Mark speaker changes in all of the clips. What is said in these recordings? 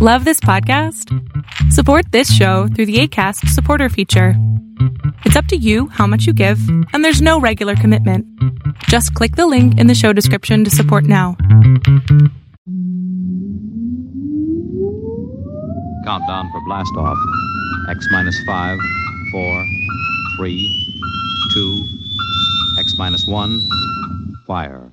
Speaker 1: Love this podcast? Support this show through the ACAST supporter feature. It's up to you how much you give, and there's no regular commitment. Just click the link in the show description to support now.
Speaker 2: Countdown for blast off. X minus five, four, three, two, X minus one, fire.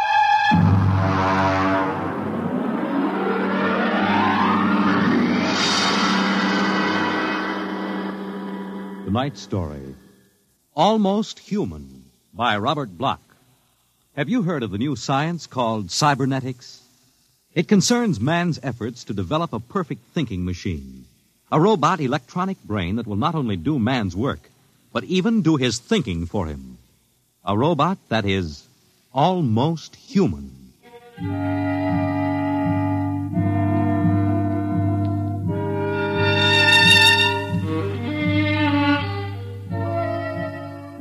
Speaker 2: tonight's story Almost Human by Robert Block. Have you heard of the new science called cybernetics? It concerns man's efforts to develop a perfect thinking machine, a robot electronic brain that will not only do man's work, but even do his thinking for him. A robot that is almost human.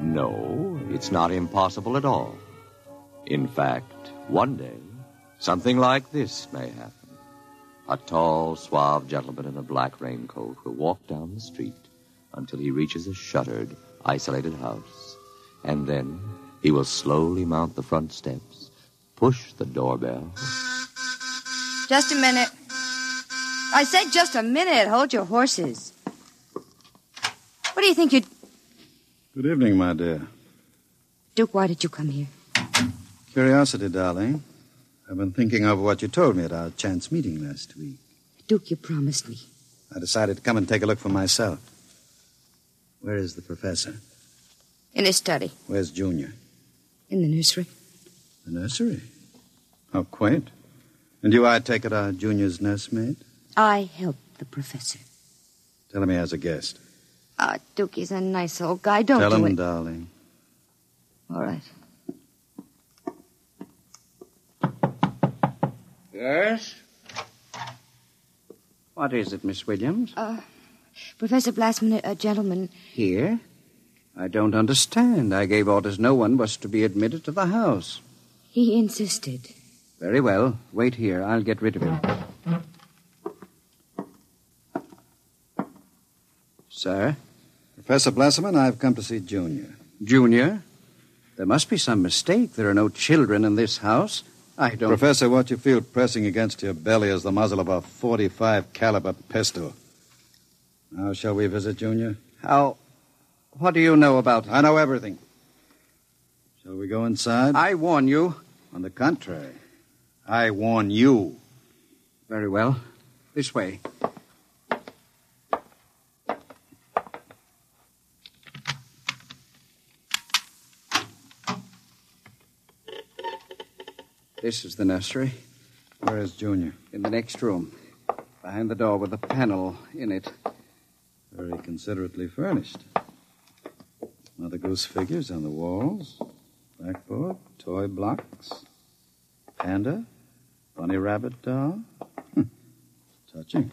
Speaker 3: No, it's not impossible at all. In fact, one day, something like this may happen. A tall, suave gentleman in a black raincoat will walk down the street until he reaches a shuttered, isolated house. And then he will slowly mount the front steps, push the doorbell.
Speaker 4: Just a minute. I said just a minute. Hold your horses. What do you think you.
Speaker 5: Good evening, my dear.
Speaker 4: Duke, why did you come here?
Speaker 5: Curiosity, darling. I've been thinking over what you told me at our chance meeting last week.
Speaker 4: Duke, you promised me.
Speaker 5: I decided to come and take a look for myself. Where is the professor?
Speaker 4: In his study,
Speaker 5: Where's Junior?
Speaker 4: in the nursery.
Speaker 5: The nursery. How quaint. And you, I take it, are Junior's nursemaid?
Speaker 4: I helped the professor.
Speaker 5: Tell him he has a guest.
Speaker 4: Ah, Duke, he's a nice old guy. Don't
Speaker 5: Tell
Speaker 4: do
Speaker 5: him,
Speaker 4: it.
Speaker 5: darling.
Speaker 4: All right.
Speaker 6: Yes? What is it, Miss Williams?
Speaker 4: Uh, Professor Blastman, a gentleman.
Speaker 6: Here? I don't understand. I gave orders no one was to be admitted to the house.
Speaker 4: He insisted.
Speaker 6: Very well. Wait here. I'll get rid of him. Sir?
Speaker 5: Professor Blasserman, I've come to see Junior.
Speaker 6: Junior? There must be some mistake. There are no children in this house. I don't.
Speaker 5: Professor, what you feel pressing against your belly is the muzzle of a 45 caliber pistol. Now, shall we visit Junior?
Speaker 6: How. What do you know about.
Speaker 5: I know everything. Shall we go inside?
Speaker 6: I warn you.
Speaker 5: On the contrary, I warn you.
Speaker 6: Very well. This way. This is the nursery.
Speaker 5: Where is Junior?
Speaker 6: In the next room. Behind the door with a panel in it.
Speaker 5: Very considerately furnished. Mother Goose figures on the walls, blackboard, toy blocks, panda, bunny rabbit doll. Hmm. Touching.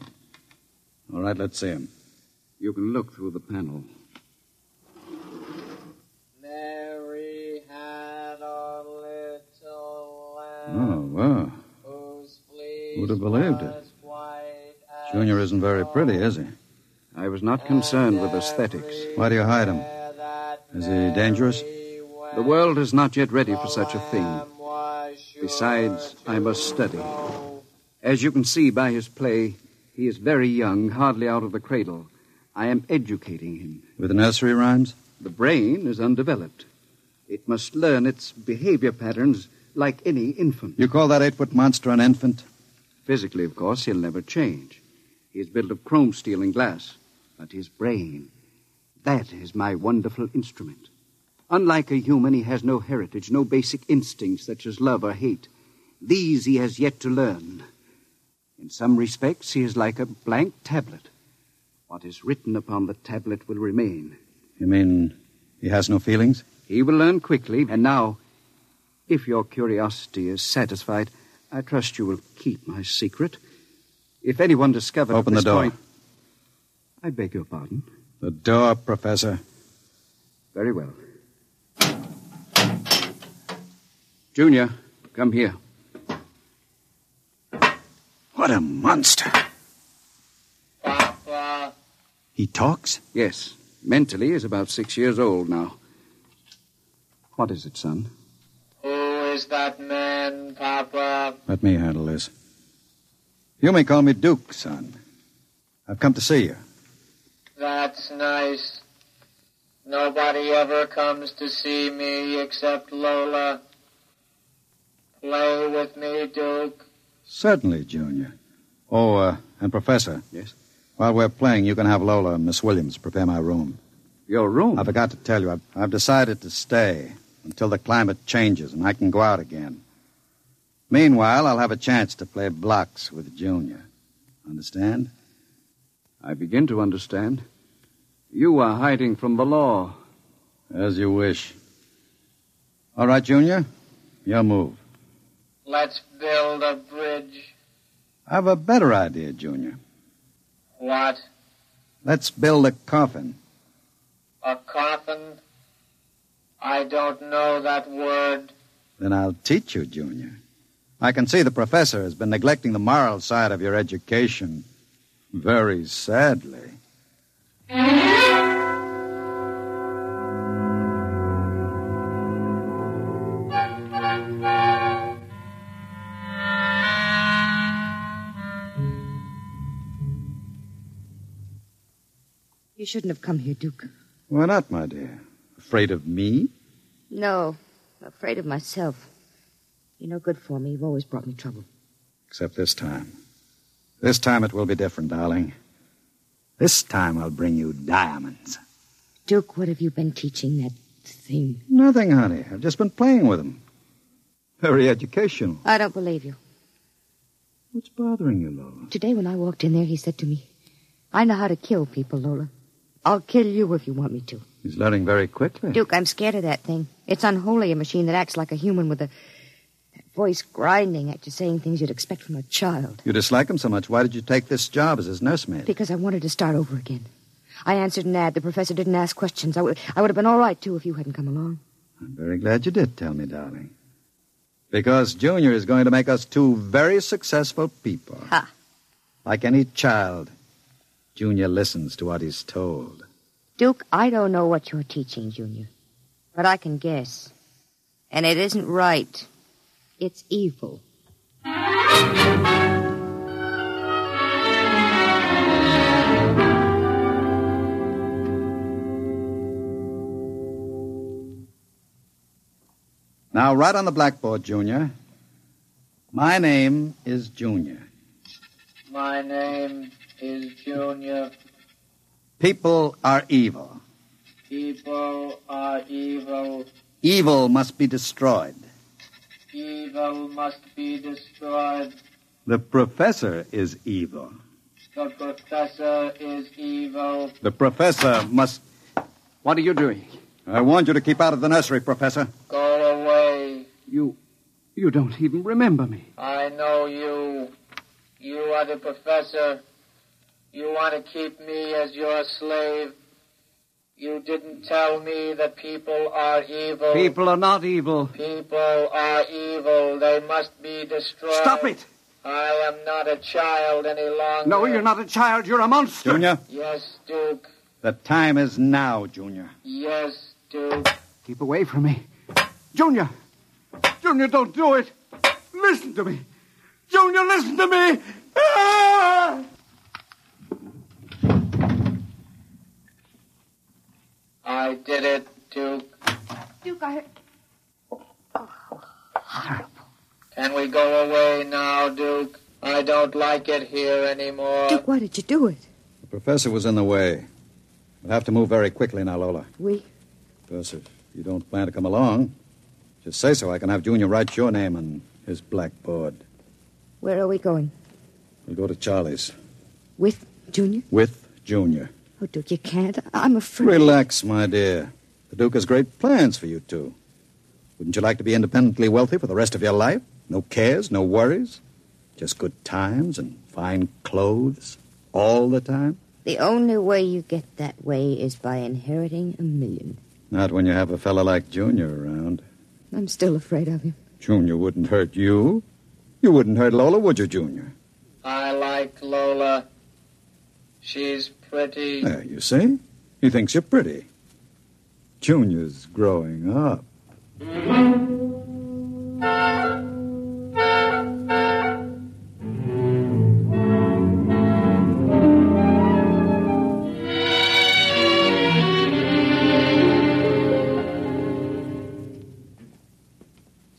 Speaker 5: All right, let's see him.
Speaker 6: You can look through the panel.
Speaker 7: Mary had a little
Speaker 5: Oh,
Speaker 7: lamb
Speaker 5: wow.
Speaker 7: whose fleece
Speaker 5: Who'd have believed it?
Speaker 7: was white as
Speaker 5: Junior isn't very pretty, is he?
Speaker 6: I was not concerned with aesthetics.
Speaker 5: Why do you hide him?
Speaker 7: that
Speaker 5: Is he dangerous?
Speaker 6: The world is not yet ready for such a thing.
Speaker 7: lamb was sure
Speaker 6: Besides, I must study.
Speaker 7: to
Speaker 6: As you can see by his play, he is very young, hardly out of the cradle. I am educating him.
Speaker 5: With nursery rhymes?
Speaker 6: The brain is undeveloped. It must learn its behavior patterns like any infant.
Speaker 5: You call that eight foot monster an infant?
Speaker 6: Physically, of course, he'll never change. He is built of chrome steel and glass. But his brain, that is my wonderful instrument. Unlike a human, he has no heritage, no basic instincts such as love or hate. These he has yet to learn. In some respects, he is like a blank tablet. What is written upon the tablet will remain.
Speaker 5: You mean he has no feelings?
Speaker 6: He will learn quickly, and now, if your curiosity is satisfied, I trust you will keep my secret. If anyone discovers
Speaker 5: Open the
Speaker 6: this
Speaker 5: door.
Speaker 6: point- I beg your pardon.
Speaker 5: The door, Professor.
Speaker 6: Very well. Junior, come here.
Speaker 5: What a monster. He talks?
Speaker 6: Yes. Mentally, is about six years old now. What is it, son?
Speaker 7: Who is that man, Papa?
Speaker 5: Let me handle this. You may call me Duke, son. I've come to see you.
Speaker 7: That's nice. Nobody ever comes to see me except Lola. Play with me, Duke.
Speaker 5: Certainly, Junior. Oh, uh, and Professor.
Speaker 6: Yes?
Speaker 5: While we're playing, you can have Lola and Miss Williams prepare my room.
Speaker 6: Your room.
Speaker 5: I forgot to tell you, I've, I've decided to stay until the climate changes and I can go out again. Meanwhile, I'll have a chance to play blocks with Junior. Understand?
Speaker 6: I begin to understand. You are hiding from the law.
Speaker 5: As you wish. All right, Junior. Your move.
Speaker 7: Let's build a bridge.
Speaker 5: I've a better idea, Junior.
Speaker 7: What?
Speaker 5: Let's build a coffin.
Speaker 7: A coffin? I don't know that word.
Speaker 5: Then I'll teach you, Junior. I can see the professor has been neglecting the moral side of your education. Very sadly.
Speaker 4: You shouldn't have come here, Duke.
Speaker 5: Why not, my dear? Afraid of me?
Speaker 4: No, I'm afraid of myself. You're no good for me. You've always brought me trouble.
Speaker 5: Except this time. This time it will be different, darling. This time I'll bring you diamonds.
Speaker 4: Duke, what have you been teaching that thing?
Speaker 5: Nothing, honey. I've just been playing with them. Very educational.
Speaker 4: I don't believe you.
Speaker 5: What's bothering you, Lola?
Speaker 4: Today, when I walked in there, he said to me, I know how to kill people, Lola. I'll kill you if you want me to.
Speaker 5: He's learning very quickly.
Speaker 4: Duke, I'm scared of that thing. It's unholy, a machine that acts like a human with a that voice grinding at you, saying things you'd expect from a child.
Speaker 5: You dislike him so much. Why did you take this job as his nursemaid?
Speaker 4: Because I wanted to start over again. I answered an ad. The professor didn't ask questions. I would, I would have been all right, too, if you hadn't come along.
Speaker 5: I'm very glad you did tell me, darling. Because Junior is going to make us two very successful people.
Speaker 4: Ha.
Speaker 5: Like any child, Junior listens to what he's told.
Speaker 4: Duke, I don't know what you're teaching, Junior. But I can guess. And it isn't right. It's evil.
Speaker 5: Now, right on the blackboard, Junior. My name is Junior.
Speaker 7: My name is Junior.
Speaker 5: People are evil.
Speaker 7: People are evil.
Speaker 5: Evil must be destroyed.
Speaker 7: Evil must be destroyed.
Speaker 5: The professor is evil.
Speaker 7: The professor is evil.
Speaker 5: The professor must.
Speaker 6: What are you doing?
Speaker 5: I warned you to keep out of the nursery, Professor.
Speaker 7: Go away.
Speaker 6: You. You don't even remember me.
Speaker 7: I know you. You are the professor. You want to keep me as your slave. You didn't tell me that people are evil.
Speaker 6: People are not evil.
Speaker 7: People are evil. They must be destroyed.
Speaker 6: Stop it!
Speaker 7: I am not a child any longer.
Speaker 6: No, you're not a child. You're a monster.
Speaker 5: Junior,
Speaker 7: Yes, Duke.
Speaker 5: the time is now, Junior.
Speaker 7: Yes, Duke.
Speaker 6: Keep away from me. Junior! Junior, don't do it! Listen to me! Junior, listen to me! Ah!
Speaker 7: I did it, Duke.
Speaker 4: Duke, I.
Speaker 2: horrible.
Speaker 7: Can we go away now, Duke? I don't like it here anymore.
Speaker 4: Duke, why did you do it?
Speaker 5: The professor was in the way. We'll have to move very quickly now, Lola.
Speaker 4: We?
Speaker 5: Professor, if you don't plan to come along, just say so. I can have Junior write your name on his blackboard.
Speaker 4: Where are we going?
Speaker 5: We'll go to Charlie's
Speaker 4: With Junior?
Speaker 5: with Junior.
Speaker 4: Oh, Duke, you can't. I'm afraid.
Speaker 5: Relax, my dear. The Duke has great plans for you two. Wouldn't you like to be independently wealthy for the rest of your life? No cares, no worries, just good times and fine clothes all the time?
Speaker 4: The only way you get that way is by inheriting a million.
Speaker 5: Not when you have a fellow like Junior around.
Speaker 4: I'm still afraid of him.
Speaker 5: Junior wouldn't hurt you. You wouldn't hurt Lola, would you, Junior?
Speaker 7: I like Lola. She's pretty.
Speaker 5: There, you see? He thinks you're pretty. Junior's growing up.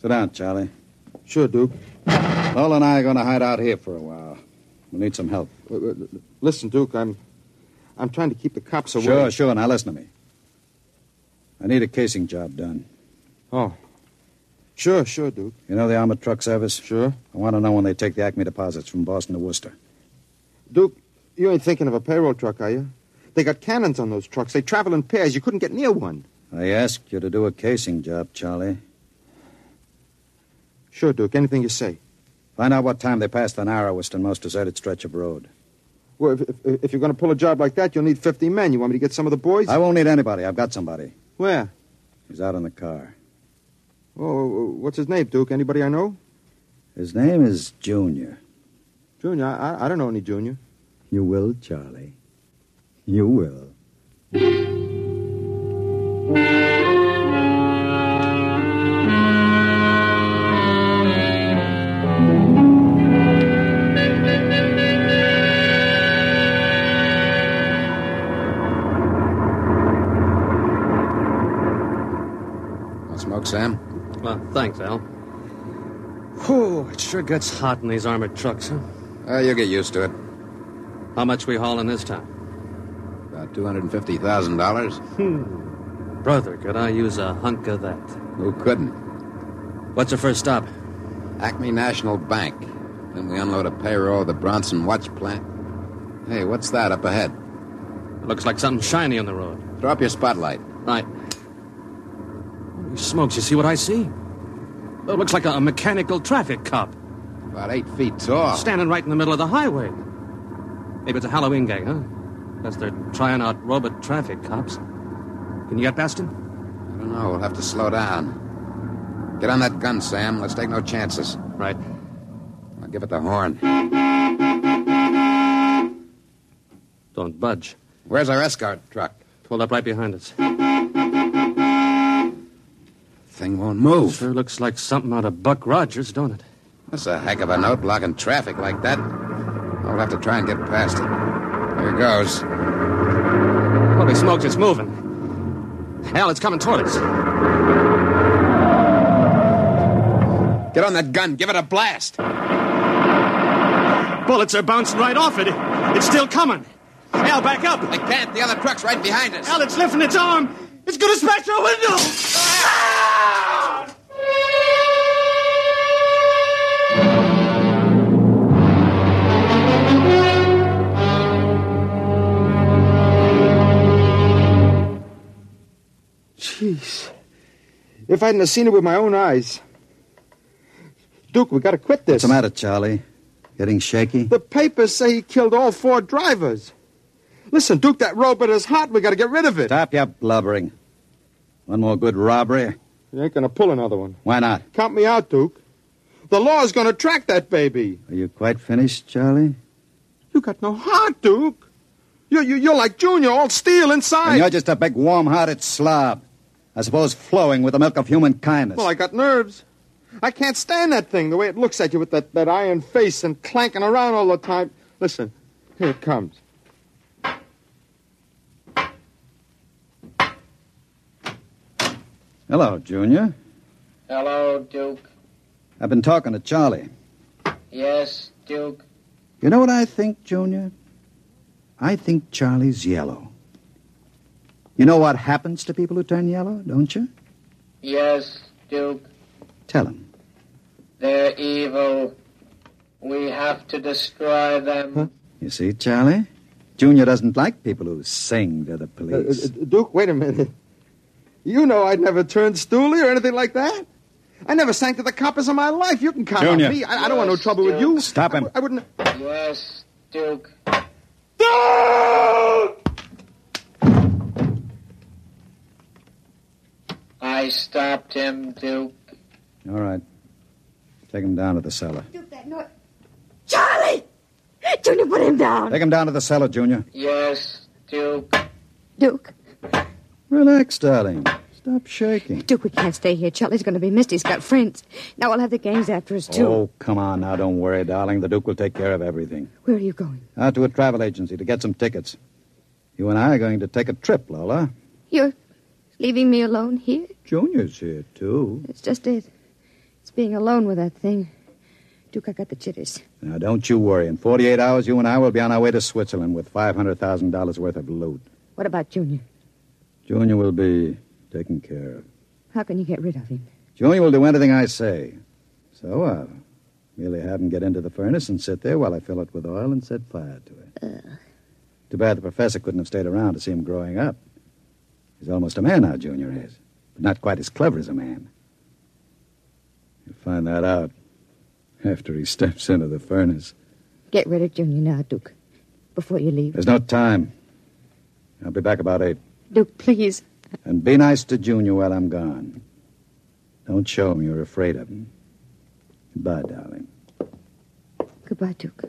Speaker 5: Sit down, Charlie.
Speaker 2: Sure, Duke.
Speaker 5: Lola and I are going to hide out here for a while. We need some help.
Speaker 2: Wait, wait, l- Listen, Duke, I'm I'm trying to keep the cops away.
Speaker 5: Sure, sure. Now listen to me. I need a casing job done.
Speaker 2: Oh. Sure, sure, Duke.
Speaker 5: You know the armored truck service?
Speaker 2: Sure.
Speaker 5: I want to know when they take the Acme deposits from Boston to Worcester.
Speaker 2: Duke, you ain't thinking of a payroll truck, are you? They got cannons on those trucks. They travel in pairs. You couldn't get near one.
Speaker 5: I asked you to do a casing job, Charlie.
Speaker 2: Sure, Duke. Anything you say.
Speaker 5: Find out what time they passed the narrowest and most deserted stretch of road.
Speaker 2: Well, if, if, if you're going to pull a job like that, you'll need 50 men. You want me to get some of the boys?
Speaker 5: I won't need anybody. I've got somebody.
Speaker 2: Where?
Speaker 5: He's out in the car.
Speaker 2: Oh, what's his name, Duke? Anybody I know?
Speaker 5: His name is Junior.
Speaker 2: Junior. I, I- I don't know any junior.
Speaker 5: You will, Charlie. You will.
Speaker 8: Want smoke, Sam?
Speaker 6: Well, thanks, Al. Whew, it sure gets hot in these armored trucks, huh?
Speaker 8: Uh, you'll get used to it.
Speaker 6: How much we hauling this time?
Speaker 8: About $250,000.
Speaker 6: Brother, could I use a hunk of that?
Speaker 8: Who couldn't?
Speaker 6: What's the first stop?
Speaker 8: Acme National Bank. Then we unload a payroll of the Bronson Watch Plant. Hey, what's that up ahead?
Speaker 6: Looks like something shiny on the road.
Speaker 8: Throw up your spotlight.
Speaker 6: I. Holy smokes, you see what I see? Well, it looks like a, a mechanical traffic cop
Speaker 8: About eight feet tall.
Speaker 6: standing right in the middle of the highway. Maybe it's a Halloween gang, huh? Guess they're trying out robot traffic cops. Can you get past him?
Speaker 8: I don't know. We'll have to slow down. Get on that gun, Sam. Let's take no chances.
Speaker 6: Right.
Speaker 8: I'll give it the horn.
Speaker 6: Don't budge.
Speaker 8: Where's our escort truck?
Speaker 6: Pulled up right behind us.
Speaker 8: Thing won't move.
Speaker 6: Sure looks like something out of Buck Rogers, don't it?
Speaker 8: That's a heck of a note blocking traffic like that. I'll have to try and get past it. Here goes.
Speaker 6: Holy smokes, it's moving. Al, it's coming toward us.
Speaker 8: Get on that gun. Give it a blast.
Speaker 6: Bullets are bouncing right off it. It's still coming. Al, back up.
Speaker 8: I can't. The other truck's right behind us.
Speaker 6: Al, it's lifting its arm. It's gonna smash our window.
Speaker 2: Jeez. If I hadn't have seen it with my own eyes. Duke, we got to quit this.
Speaker 5: What's the matter, Charlie? Getting shaky?
Speaker 2: The papers say he killed all four drivers. Listen, Duke, that robot is hot. We got to get rid of it.
Speaker 5: Stop your blubbering. One more good robbery.
Speaker 2: You ain't going to pull another one.
Speaker 5: Why not?
Speaker 2: Count me out, Duke. The law's going to track that baby.
Speaker 5: Are you quite finished, Charlie?
Speaker 2: You got no heart, Duke. You, you, you're like Junior, all steel
Speaker 5: And
Speaker 2: inside.
Speaker 5: you're just a big, warm-hearted slob. I suppose flowing with the milk of human kindness.
Speaker 2: Well, I got nerves. I can't stand that thing, the way it looks at you with that, that iron face and clanking around all the time. Listen, here it comes.
Speaker 5: Hello, Junior.
Speaker 7: Hello, Duke.
Speaker 5: I've been talking to Charlie.
Speaker 7: Yes, Duke.
Speaker 5: You know what I think, Junior? I think Charlie's yellow. You know what happens to people who turn yellow, don't you?
Speaker 7: Yes, Duke.
Speaker 5: Tell him.
Speaker 7: They're evil. We have to destroy them.
Speaker 5: You see, Charlie? Junior doesn't like people who sing to the police.
Speaker 9: Uh, uh, Duke, wait a minute. You know I'd never turned stoolie or anything like that. I never sang to the coppers in my life. You can count
Speaker 5: Junior.
Speaker 9: on me. I, I don't want no trouble with you.
Speaker 5: Stop him.
Speaker 9: I wouldn't.
Speaker 7: Yes, Duke. I stopped him, Duke.
Speaker 5: All right. Take him down to the cellar.
Speaker 4: Duke, that noise. Charlie! Junior, put him down.
Speaker 5: Take him down to the cellar, Junior.
Speaker 7: Yes, Duke.
Speaker 4: Duke,
Speaker 5: Relax, darling. Stop shaking.
Speaker 4: Duke, we can't stay here. Charlie's going to be missed. He's got friends. Now we'll have the gangs after us, too.
Speaker 5: Oh, come on now. Don't worry, darling. The Duke will take care of everything.
Speaker 4: Where are you going?
Speaker 5: Out to a travel agency to get some tickets. You and I are going to take a trip, Lola.
Speaker 4: You're leaving me alone here?
Speaker 5: Junior's here, too.
Speaker 4: It's just it. It's being alone with that thing. Duke, I got the jitters.
Speaker 5: Now, don't you worry. In 48 hours, you and I will be on our way to Switzerland with $500,000 worth of loot.
Speaker 4: What about Junior?
Speaker 5: Junior will be taken care of.
Speaker 4: How can you get rid of him?
Speaker 5: Junior will do anything I say. So I'll merely have him get into the furnace and sit there while I fill it with oil and set fire to it. Too bad the professor couldn't have stayed around to see him growing up. He's almost a man now, Junior is, but not quite as clever as a man. You'll find that out after he steps into the furnace.
Speaker 4: Get rid of Junior now, Duke. Before you leave.
Speaker 5: There's no time. I'll be back about eight.
Speaker 4: Duke, please.
Speaker 5: And be nice to Junior while I'm gone. Don't show him you're afraid of him. Goodbye, darling.
Speaker 4: Goodbye, Duke.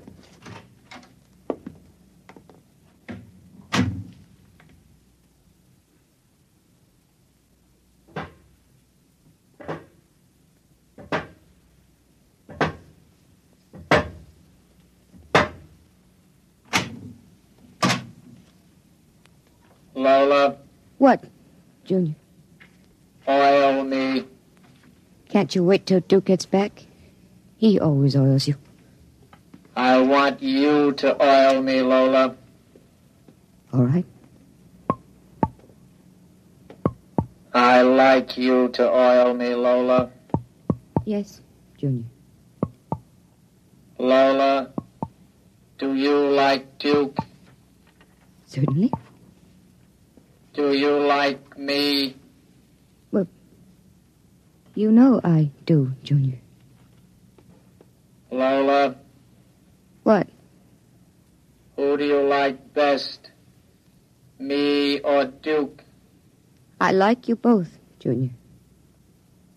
Speaker 7: Lola,
Speaker 4: What, Junior?
Speaker 7: oil me.
Speaker 4: Can't you wait till Duke gets back? He always oils you.
Speaker 7: I want you to oil me, Lola.
Speaker 4: All right.
Speaker 7: I like you to oil me, Lola.
Speaker 4: Yes, Junior.
Speaker 7: Lola, do you like Duke?
Speaker 4: Certainly.
Speaker 7: Do you like me?
Speaker 4: You know I do, Junior.
Speaker 7: Lola,
Speaker 4: What?
Speaker 7: who do you like best? Me or Duke?
Speaker 4: I like you both, Junior.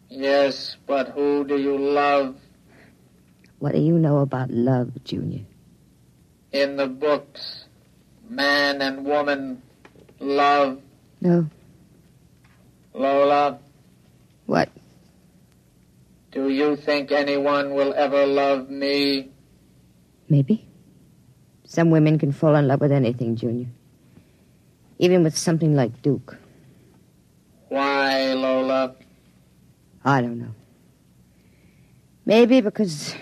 Speaker 7: Yes, but who do you love
Speaker 4: What do you know about love, Junior?
Speaker 7: in the books? Man and woman, love,
Speaker 4: No.
Speaker 7: Lola.
Speaker 4: What?
Speaker 7: Do you think anyone will ever love me?
Speaker 4: Maybe. Some women can fall in love with anything, Junior. Even with something like Duke.
Speaker 7: Why, Lola?
Speaker 4: I don't know. Maybe because,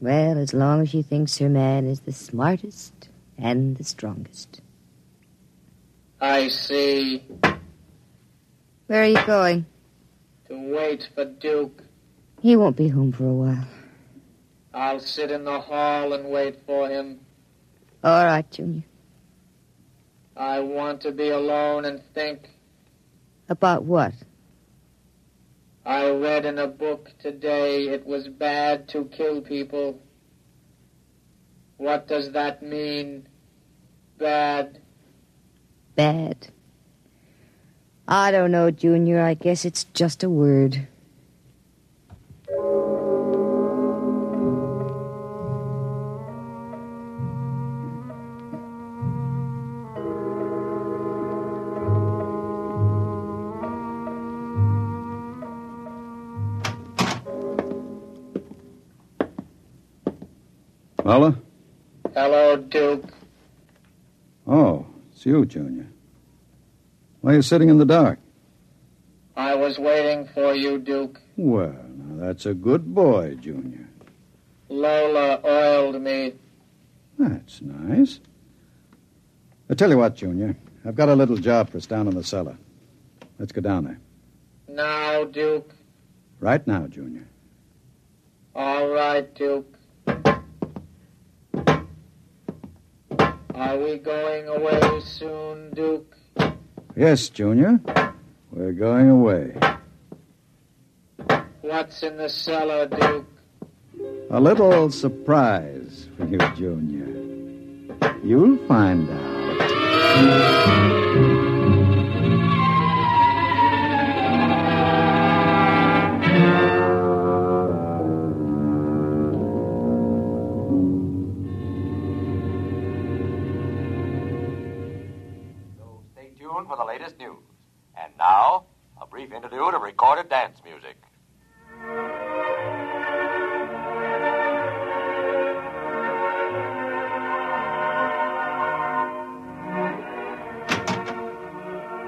Speaker 4: well, as long as she thinks her man is the smartest and the strongest.
Speaker 7: I see.
Speaker 4: Where are you going?
Speaker 7: To wait for Duke.
Speaker 4: He won't be home for a while.
Speaker 7: I'll sit in the hall and wait for him.
Speaker 4: All right, Junior.
Speaker 7: I want to be alone and think.
Speaker 4: About what?
Speaker 7: I read in a book today it was bad to kill people. What does that mean? Bad.
Speaker 4: Bad. I don't know, Junior. I guess it's just a word.
Speaker 5: Lola?
Speaker 7: Hello, Duke.
Speaker 5: Oh, it's you, Junior. Why are you sitting in the dark?
Speaker 7: I was waiting for you, Duke.
Speaker 5: Well, now That's a good boy, Junior.
Speaker 7: Lola oiled me.
Speaker 5: That's nice. I tell you what, Junior. I've got a little job for us down in the cellar. Let's go down there.
Speaker 7: Now, Duke.
Speaker 5: Right now, Junior.
Speaker 7: All right, Duke. Are we going away soon, Duke?
Speaker 5: Yes, Junior. We're going away.
Speaker 7: What's in the cellar, Duke?
Speaker 5: A little surprise for you, Junior. You'll find out.
Speaker 10: Stay tuned for the latest news. And now, a brief interlude of recorded dance music.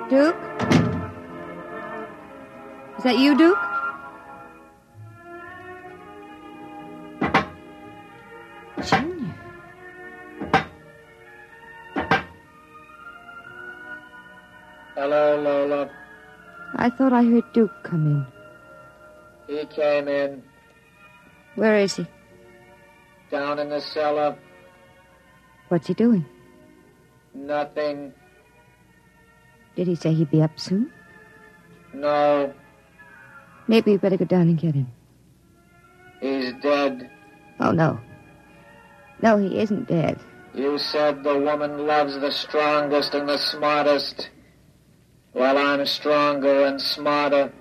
Speaker 4: Duke? Is that you, Duke? Junior.
Speaker 7: Hello, Lola.
Speaker 4: I thought I heard Duke come in.
Speaker 7: He came in
Speaker 4: Where is he?
Speaker 7: down in the cellar.
Speaker 4: What's he doing?
Speaker 7: Nothing.
Speaker 4: Did he say he'd be up soon?
Speaker 7: No.
Speaker 4: Maybe you better go down and get him.
Speaker 7: He's dead.
Speaker 4: Oh, no. No, he isn't dead.
Speaker 7: You said the woman loves the strongest and the smartest. Well, I'm stronger and smarter.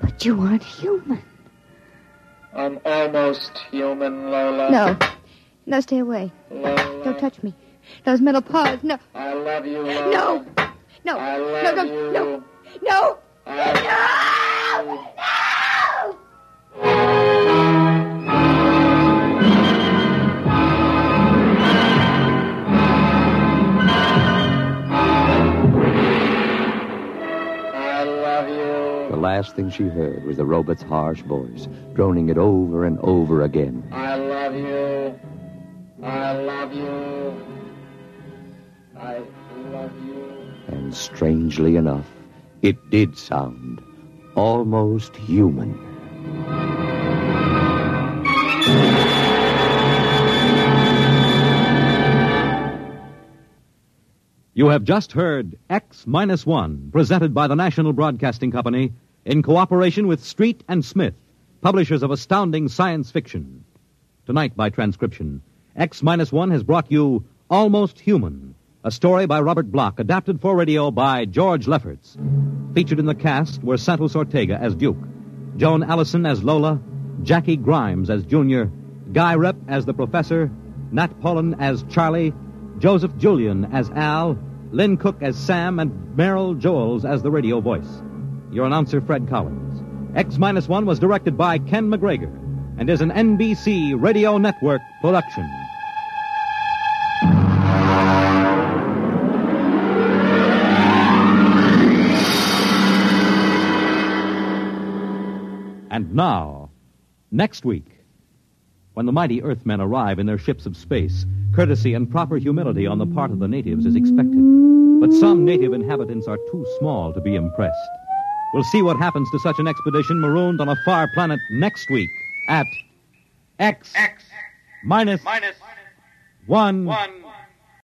Speaker 4: But you aren't human.
Speaker 7: I'm almost human, Lola.
Speaker 4: No. No, stay away. Don't touch me. Those metal paws. No.
Speaker 7: I love you, Lola.
Speaker 4: No. No.
Speaker 7: I
Speaker 4: No,
Speaker 7: love
Speaker 4: no,
Speaker 7: you.
Speaker 4: no. No. No.
Speaker 7: I love you.
Speaker 3: The last thing she heard was the robot's harsh voice, droning it over and over again.
Speaker 7: I love you. I love you. I love you.
Speaker 3: And strangely enough, it did sound almost human.
Speaker 2: You have just heard X Minus One, presented by the National Broadcasting Company in cooperation with Street and Smith, publishers of astounding science fiction. Tonight, by transcription, X Minus One has brought you Almost Human, a story by Robert Block, adapted for radio by George Lefferts. Featured in the cast were Santos Ortega as Duke, Joan Allison as Lola, Jackie Grimes as Junior, Guy Rep as the Professor, Nat Pollen as Charlie, Joseph Julian as Al, Lynn Cook as Sam, and Merrill Joels as the radio voice. Your announcer, Fred Collins. X Minus One was directed by Ken McGregor and is an NBC Radio Network production. And now, next week, when the mighty Earthmen arrive in their ships of space, courtesy and proper humility on the part of the natives is expected. But some native inhabitants are too small to be impressed. We'll see what happens to such an expedition marooned on a far planet next week at X, minus, minus one, one